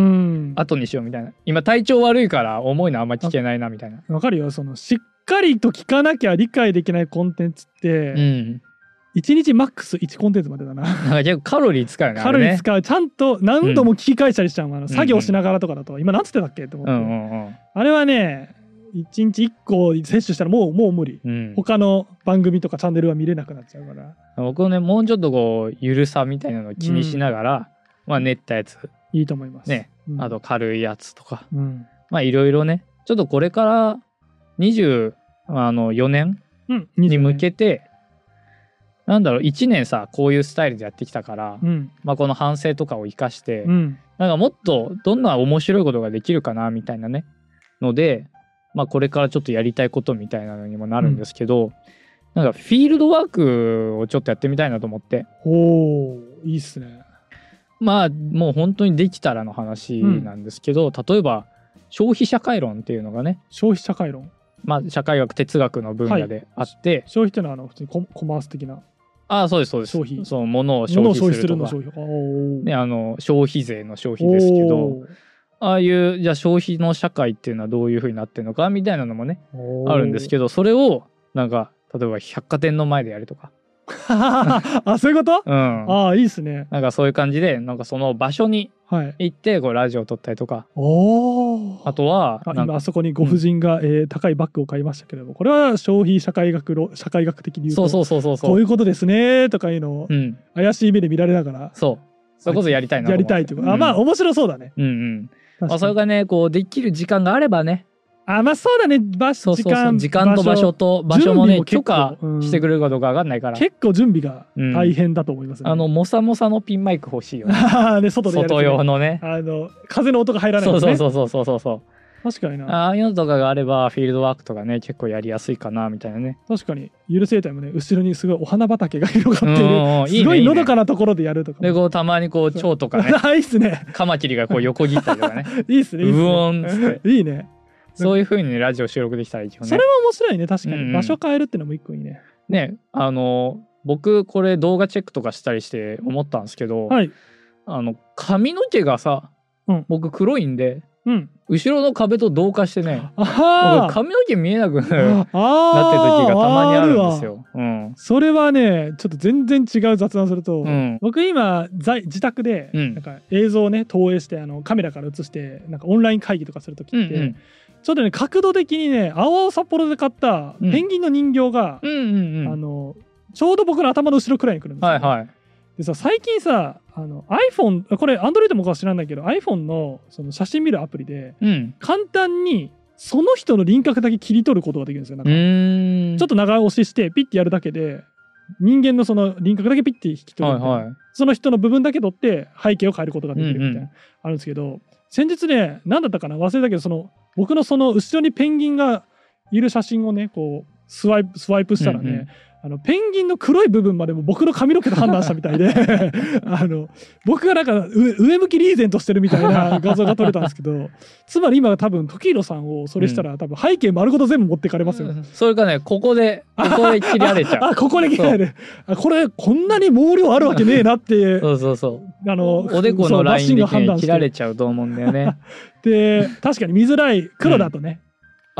B: ん。
A: 後にしようみたいな今体調悪いから重いのあんま聞けないなみたいな
B: わかるよ。そのしっかりと聞かなきゃ理解できないコンテンツっ
A: う
B: て、
A: ん
B: 一1日マックス1コンテンツまでだな。
A: なんか結構カロリー使うよね
B: カロリ
A: あれ
B: ー
A: ね
B: 使う。ちゃんと何度も聞き返したりしちゃうもんあの
A: ん
B: 作業しながらとかだと、今なんつってたっけと思って、
A: うんうん
B: あれはね、1日1個摂取したらもうもう無理。
A: うん、うん、
B: 他の番組とかチャンネルは見れなくなっちゃうから。
A: 僕もねもうちょっとこうゆるさみたいなのを気にしながら、まあ練ったやつ
B: いいと思います。
A: ね
B: うん
A: あと軽いやつとか、
B: うん。
A: まあいろいろねちょっとこれから24年
B: うん。
A: に向けてなんだろう1年さこういうスタイルでやってきたから、
B: うん。
A: まあ、この反省とかを生かして、
B: うん。
A: なんかもっとどんな面白いことができるかなみたいなねので、まあ、これからちょっとやりたいことみたいなのにもなるんですけど、なんかフィールドワークをちょっとやってみたいなと思って
B: おお、いいっすね。
A: まあもう本当にできたらの話なんですけど、例えば消費社会論っていうのがね、
B: 消費社会論。
A: まあ、社会学哲学の分野であって、
B: 消費っていうのはあの普通にココマース的な
A: ああそうですそうです
B: 消費
A: そう物を
B: もの
A: 消
B: を
A: 費
B: 消費
A: す
B: す
A: ると
B: るの
A: か
B: 消費。おー
A: ね、あの消費税の消費ですけどああいうじゃあ消費の社会っていうのはどういうふうになってるのかみたいなのもねあるんです
B: ど。
A: けどそれをなんか例えば百貨店の前でやるとか、
B: あ、そういうこと？
A: うん、
B: ああ、いいっすね。
A: なんかそういう感じでなんかその場所に
B: はい。
A: 行ってこうラジオを撮ったりとか
B: おお。
A: あとは
B: あ
A: なん
B: 今
A: か
B: あそこにご婦人が、えー高いバッグを買いましたけれどもこれは消費社会学論社会学的に言うと
A: そうそうそうそうそ
B: こ
A: う
B: いううことですねとかいうのを
A: うん
B: 怪しい目で見られながら
A: そうそれこそやりたいなと
B: や
A: 思
B: り
A: って
B: たいというか、あまあ
A: うん
B: 面白そうだね
A: うんうんま
B: 確か
A: あ
B: に
A: それがねこうできる時間があればね
B: あまあそうだね場
A: そ
B: 所
A: うそうそう時
B: 時間
A: 間と場所と場所もね
B: 準備も
A: 許
B: 結
A: 可
B: 構うん
A: してくれるかどうかわかんないから
B: 結構準備が大変だと思いますね、
A: あのモサモサのピンマイク欲しいよね
B: あーね 外でやる
A: 外用のね
B: あの風の音が入らない
A: そう
B: です
A: そう
B: ね
A: そうそうそうそうそう
B: 確かにな
A: ああいうのとかがあればフィールドワークとかね結構やりやすいかなみたいなね。
B: 確かにゆる生態もね後ろにすごいお花畑が広
A: うん
B: がっている
A: うんうん
B: すごいのど
A: ね
B: かなところでやるとか
A: でこうたまにこう蝶とかね
B: あいいっすね
A: カマキリがこう横切ったり とかね
B: いいっすねいいっす
A: う
B: ね
A: おーんっ つって
B: いいね
A: そういう風にねラジオ収録できたらいいよ
B: そ
A: ね
B: れ。は面白いね確かに、
A: うんうん
B: 場所変えるってのも一個いいね
A: ねあの僕これ動画チェックとかしたりして思ったんですけど、
B: はい
A: あの髪の毛がさ、
B: うん
A: 僕黒いんで
B: うん
A: 後ろの壁と同化してね
B: あは
A: 僕髪の毛見えなくなるなってる
B: ーあー
A: 時がたまにあるんです
B: わ
A: よ。うん
B: それはねちょっと全然違う雑談すると、
A: うん
B: 僕今在自宅で
A: うん
B: なんか映像をね投影してあのカメラから映してなんかオンライン会議とかするとき
A: うんう
B: って、
A: ん
B: ちょっとね角度的にね青々札幌で買った
A: うん
B: ペンギンの人形が、
A: うんうんう
B: あ
A: ん
B: のちょうど僕の頭の後ろくらいに来るんですよ、
A: はいはい。
B: でさ最近さあの iPhone これ Android もかは知らないけど iPhone のその写真見るアプリで
A: うん。
B: 簡単にその人の輪郭だけ切り取ることができるんですよな
A: う
B: んか
A: ーん。
B: ちょっと長押ししてピッてやるだけで人間のその輪郭だけピッて引き取
A: は
B: る
A: い
B: みたいな
A: はい。
B: その人の部分だけ取って背景を変えることができるみた
A: う
B: いな、
A: んうん
B: あるんですけど先日ね何だったかな忘れたけどその僕のその後ろにペンギンがいる写真をねこうスワイプスワイプしたらね、
A: うんうん
B: あのペンギンの黒い部分までも僕の髪の毛と判断したみた いで あの僕がなんかう上向きリーゼントしてるみたい な画像が撮れたんですけどつまり今多分時宏さんをそれしたら、多分背景丸ごと全部持ってかれますよね。
A: うんそれかねここでここで切られちゃう
B: あここで切られるあこれこんなに毛量あるわけねえなって
A: そうそうそう
B: あの
A: おでこのラインでね切られ
B: て
A: ちゃうと思うんだよね
B: で確かに見づらい黒だとね、
A: うん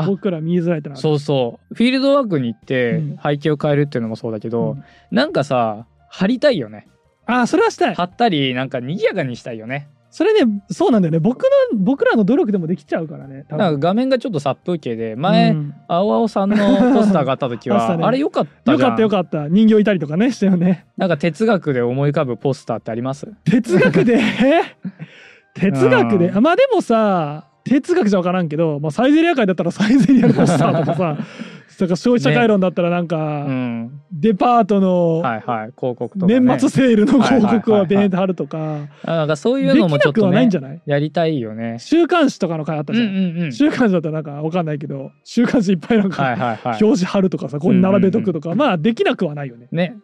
A: あ
B: 僕ら見づらいってなる
A: そうそうフィールドワークに行って
B: うん
A: 背景を変えるっていうのもそうだけど、
B: うん
A: なんかさ貼りたいよね
B: あそれはしたい
A: 貼ったりなんか賑やかにしたいよね
B: それね、そうなんだよね。僕の、僕らの努力でもできちゃうからね。多分
A: なんか画面がちょっと殺風景で前、
B: うん
A: 青青さんのポスターがあった時
B: あった
A: は
B: ね
A: あれ良かった
B: よ
A: じゃん
B: かったよかった。人形いたりとかね、した よね。
A: なんか哲学で思い浮かぶポスターってあります
B: 哲学で哲学で
A: うん
B: あまあでもさ哲学じゃ分からんけど、まあ、サイゼリア会だったら サイゼリアのポスターとかさだから消費者回論だったらなんか、
A: うん
B: デパートの
A: はいはい広告とか、ね、
B: 年末セールの広告
A: はいはいはいは
B: はいベネット貼るとか、
A: あなんかそういうのも
B: でき
A: ちょ
B: な
A: っ
B: く
A: と
B: はない
A: ね
B: んじゃない
A: やりたいよね
B: 週刊誌とかの回あった
A: うん
B: じ
A: う
B: ゃん、
A: んうん
B: 週刊誌だったらなんか分かんないけど週刊誌いっぱいなんか、
A: はいはいはい
B: 表紙貼るとかさここに並べとくとか、まあできなくはないよね。
A: ね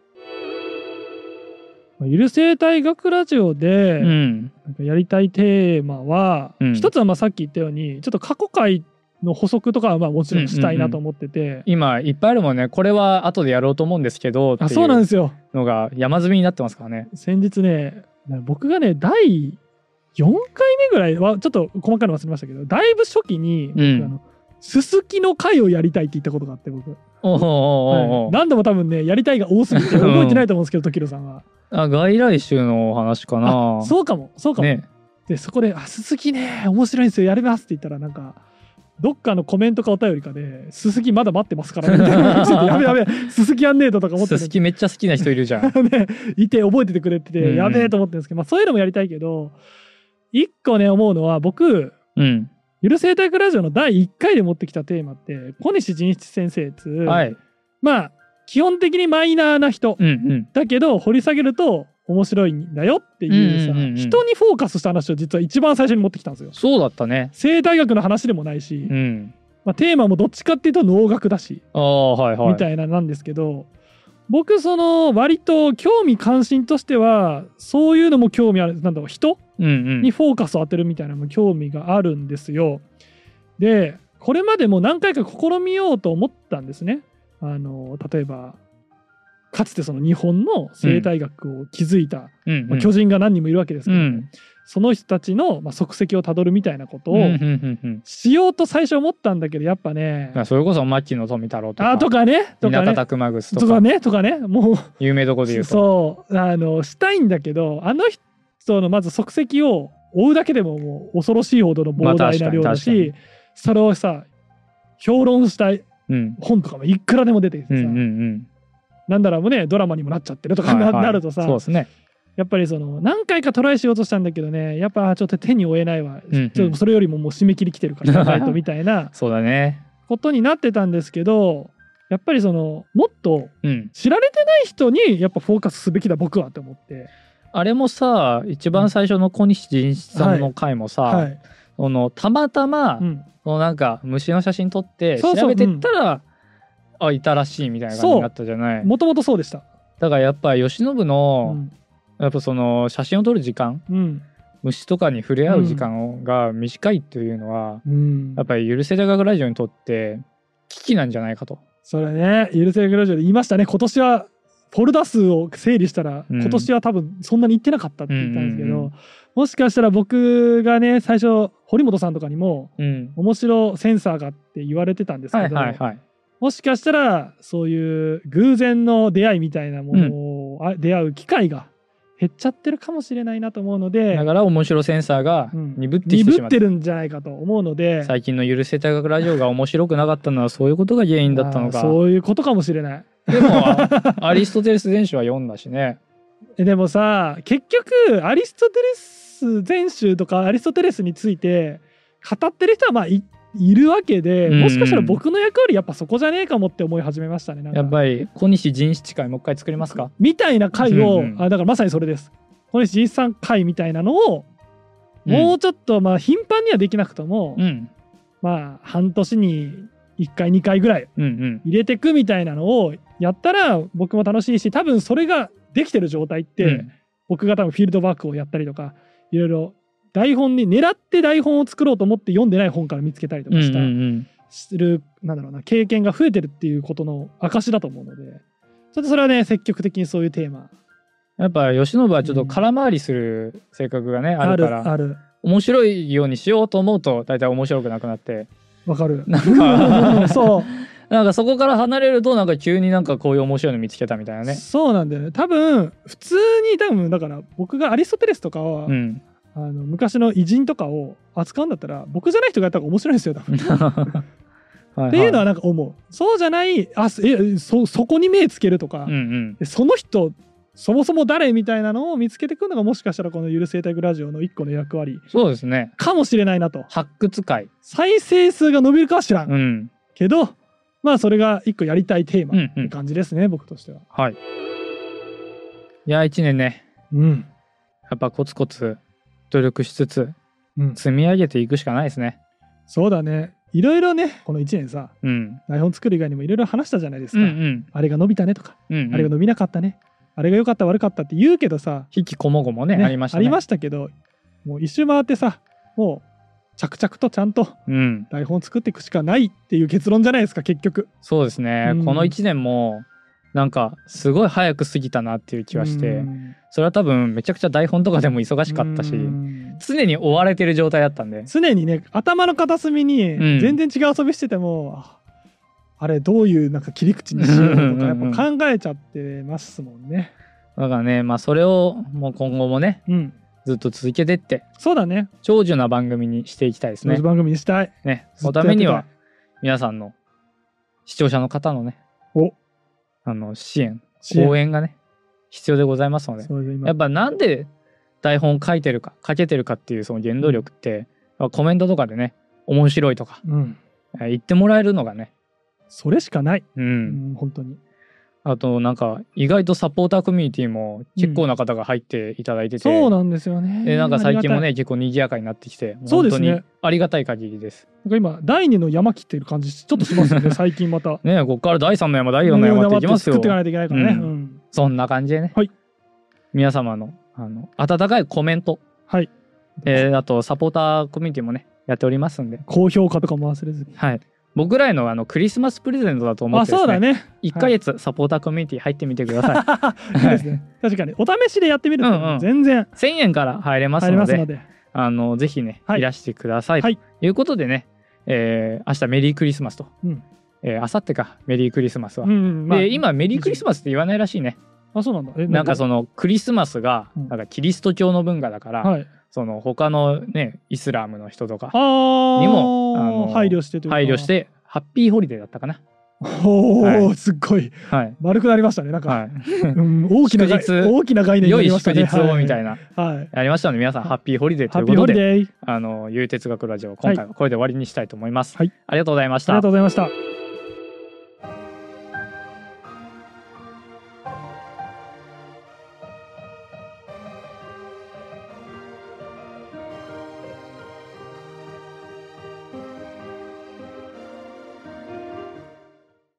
B: まあゆる生態学ラジオで、
A: うん
B: なんかやりたいテーマは、
A: うん
B: 一つはまあさっき言ったようにちょっと過去回の補足とかはまあもちろんしたいなと思ってて、
A: 今いっぱいあるもんねこれは後でやろうと思うんですけどって
B: あ
A: い
B: そうなん
A: う
B: ですよ
A: のが山積みになってますからね
B: 先日ねな僕がね第4回目ぐらいはちょっと細かいの忘れましたけどだいぶ初期に僕、
A: うん
B: あのすすきの回をやりたいって言ったことがあって僕、
A: おうおうおうお
B: は
A: う
B: い何度も多分ねやりたいが多 すぎて覚えてないと思うんですけど時キさんは
A: あ外来種のお話かな
B: あそうかもそうかも、
A: ね
B: でそこで「あすすきね面白いんですよやります」って言ったらなんかどっかのコメントかお便りかで「すすきまだ待ってますからね」みたいな 感じでやべやべすすきやんねえと」とか思って
A: す
B: る
A: すきめっちゃ好きな人いるじ ゃん
B: ねいて覚えててくれてて、
A: うんうん
B: やべえと思ってるんですけど、まあ、そういうのもやりたいけど一個ね思うのは僕
A: うん
B: 「ゆる生態クラジオ」の第1回で持ってきたテーマって小西仁一先生つ、
A: はい
B: まあ基本的にマイナーな人
A: うんうん
B: だけど掘り下げると面白いんだよっていうさ、
A: うんうんうんうん
B: 人にフォーカスした話を実は一番最初に持ってきたんですよ。
A: そうだったね
B: 生態学の話でもないし、
A: うん
B: まあ、テーマもどっちかっていうと農学だし、
A: ああはいはい
B: みたいななんですけど僕その割と興味関心としてはそういうのも興味あるなんだろう人
A: うんうん
B: にフォーカスを当てるみたいなのも興味があるんですよ。でこれまでも何回か試みようと思ったんですね。あの例えばかつてその日本の生態学を築いた、
A: うんうん
B: まあ巨人が何人もいるわけですけど、
A: うん
B: その人たちの、まあ、足跡をたどるみたいなことを、
A: うんうんうんうん
B: しようと最初思ったんだけどやっぱね
A: まあそれこそ牧野富太郎とか
B: あとかねとか
A: 日向
B: ね
A: 田熊楠
B: と
A: とか
B: かねとかねも
A: 有名どこで言
B: う
A: うと
B: そうあのしたいんだけどあの人のまず足跡を追うだけでももう恐ろしいほどの膨大な量だし、
A: まあ確
B: それをさ評論したい
A: うん
B: 本とかもいくらでも出てき
A: う
B: て
A: ん
B: さ、
A: うんうん
B: なんだらもうねドラマにもなっちゃってるとか
A: はい
B: な,、
A: はい
B: るとさ
A: そうですね
B: やっぱりその何回かトライしようとしたんだけどねやっぱちょっと手に負えないわ、
A: うんうん
B: ちょっとそれよりももう締め切り来てるからやらないとみたいな
A: そうだね
B: ことになってたんですけどやっぱりそのもっと
A: うん
B: 知られてない人にやっぱフォーカスすべきだ僕はって思って、
A: あれもさ一番最初の小西仁一さんの回もさ、
B: はい
A: そのたまたま、
B: うん、
A: そのなんか虫の写真撮って
B: そ
A: 調
B: うそう
A: べてったらあいたらしいみたいな感じになったじゃない
B: もともとそうでした、
A: だからやっぱ慶喜
B: う
A: の、
B: ん
A: やっぱその写真を撮る時間
B: うん
A: 虫とかに触れ合う時間をが短いというのは、
B: うん
A: やっぱり許せ大学ラジオにとって危機なんじゃないかと
B: それねゆるせグラジオで言いましたね今年はフォルダ数を整理したら、
A: うん
B: 今年は多分そんなに行ってなかったって言ったんですけど、
A: うんうんうん
B: もしかしたら僕がね最初堀本さんとかにも
A: うん
B: 面白センサーがって言われてたんです
A: は
B: け
A: い
B: ど、
A: はいはい
B: もしかしたらそういう偶然の出会いみたいなものを、あ出会う機会が減っちゃってるかもしれないなと思うので
A: だから面白センサーが
B: うん
A: 鈍ってきてし
B: 鈍
A: ま
B: っ
A: った
B: てるんじゃないかと思うので
A: 最近の「ゆるせ大学ラジオ」が面白くなかったのはそういうことが原因だったの
B: あー
A: か
B: そういうことかもしれない
A: でもアリストテレス全書は読んだしね
B: えでもさ結局アリストテレス全集とかアリストテレスについて語ってる人はまあいいるわけで
A: うん
B: もしかしたら僕の役割やっぱそこじゃねえかもって思い始めましたねなんか
A: やっぱり小西人七会もう一回作りますか
B: みたいな回を、
A: うんうん
B: あだからまさにそれです小西一さん回みたいなのを
A: うん
B: もうちょっとまあ頻繁にはできなくとも、
A: うん
B: まあ半年に1回2回ぐらい
A: うんうん
B: 入れてくみたいなのをやったら僕も楽しいし多分それができてる状態って、
A: うん
B: 僕が多分フィールドワークをやったりとかいろいろ台本に狙って台本を作ろうと思って読んでない本から見つけたりと
A: う
B: か
A: ん
B: した、
A: うんうん
B: するなんだろうな経験が増えてるっていうことの証だと思うのでそれでそれはね積極的にそういうテーマ
A: やっぱ慶喜はちょっと空回りする性格がね、あ
B: あ
A: る
B: る
A: から
B: ある
A: 面白いようにしようと思うと大体面白くなくなって
B: わかる
A: なんか
B: そう
A: なんかそこから離れるとなんか急になんかこういう面白いの見つけたみたいなね
B: そうなんだよね多分普通に多分だから僕がアリストテレスとかは、
A: うん
B: あの昔の偉人とかを扱うんだったら僕じゃない人がやった方が面白いですよ多分
A: は
B: っていうのはなんか思うそうじゃないあすえそそこに目つけるとか
A: うん、うん
B: でその人そもそも誰みたいなのを見つけてくるのがもしかしたらこの「ゆる生態グラジオ」の一個の役割
A: そうですね
B: かもしれないなと
A: 発掘会
B: 再生数が伸びるかは知らん、
A: うん
B: けどまあそれが一個やりたいテー
A: う
B: マっ
A: んう
B: て
A: ん
B: 感じですね、僕としては
A: はいいや1年ね
B: うん
A: やっぱコツコツ努力しつつ
B: うん
A: 積み上げていくしかないですね
B: そうだねいろいろねこの1年さ
A: うん
B: 台本作る以外にもいろいろ話したじゃないです
A: うん
B: か、
A: うん
B: あれが伸びたねとか、
A: うんうん
B: あれが伸びなかったねあれが良かった悪かったって言うけどさ、
A: 引きこもごもねありましたね
B: けどもう一周回ってさもう着々とちゃんと
A: うん
B: 台本作っていくしかないっていう結論じゃないですか結局
A: そうですね、
B: うん
A: この1年もなんかすごい早く過ぎたなっていう気はして、
B: うん
A: それは多分めちゃくちゃ台本とかでも忙しかったし、
B: うん
A: 常に追われてる状態だったんで
B: 常にね頭の片隅に
A: うん
B: 全然違う遊びしてても、ああれどういうなんか切り口にしようとかやっぱ考えちゃってますもんね。
A: だからねまあそれをもう今後もね
B: うん、
A: ずっと続けてって
B: そうだね。
A: 長寿な番組にしていきたいです
B: 同
A: ね
B: じ。番組にしたい。
A: ねそ
B: ず
A: の
B: っと
A: た
B: や
A: め
B: ってた
A: に
B: い
A: は皆さんの視聴者の方のね
B: お
A: あの支援
B: 支援
A: 応援がね必要でございますので
B: そう今
A: やっぱなんで台本書いてるか書けてるかっていうその原動力ってまあコメントとかでね面白いとか
B: うん、
A: えー言ってもらえるのがね
B: それしかない。
A: う
B: うんん、本当に。
A: あとなんか意外とサポーターコミュニティも結構な方が入っていただいてて、
B: そうなんですよね。
A: でなんか最近も
B: ありが
A: ね結構賑やかになってきて
B: そう
A: 本
B: です
A: 当
B: ね
A: にありがたい限りです
B: たい、なんか今第二の山切ってる感じちょっとしま すよね。最近また。
A: ねここから第3の山第4の山っていきますよ
B: 作っていかないといけないからね。
A: うん
B: うん
A: そんな感じでね、
B: はい
A: 皆様のあの温かいコメント、
B: はい。
A: えーあとサポーターコミュニティもねやっておりますんで、
B: 高評価とかも忘れずに。
A: はい、僕らへのあのクリスマスプレゼントだと思っ
B: あ、
A: てです、ね、
B: そうだね。
A: 1ヶ月サポーターコミュニティ入ってみてください、
B: いいですね。確かにお試しでやってみる
A: うんう
B: と
A: ん
B: 全然
A: 1000円から入れます
B: 入り
A: の
B: ます
A: で
B: ので。
A: あのぜひね、
B: はい
A: い、らしてください、
B: はい
A: ということでね、えー明日メリークリスマスと、
B: うん
A: えー明後日かメリークリスマスは、
B: うんうん、まあ
A: で今メリークリスマスって言わないらしいね
B: あそうなんだ。え
A: なんかそのクリスマスが
B: うん
A: なんかキリスト教の文化だから、
B: はい。
A: その他のねイスラムの人とか
B: あー
A: にもあの
B: 配慮してというか
A: 配慮し。てハッピーホリデーだったかな
B: おお、
A: はい
B: すっごい
A: はい、
B: 丸くなりましたね。なんか、
A: は
B: うん、大きな概
A: 祝日
B: 大きな概
A: い、
B: 念に
A: 良
B: なり
A: い
B: ました
A: 祝
B: ね。
A: 日をみたいな、
B: はい。はい
A: やりましたので皆さん
B: はい
A: ハッピーホリデーと
B: ハ
A: いう
B: ッピ
A: こ
B: ーホ
A: と
B: リ
A: で
B: デー。
A: あのゆう哲学ラジオ今回はこれで終わりにしたいと思います、
B: はい
A: ありがとうございまし
B: あ
A: た
B: りがとうございました。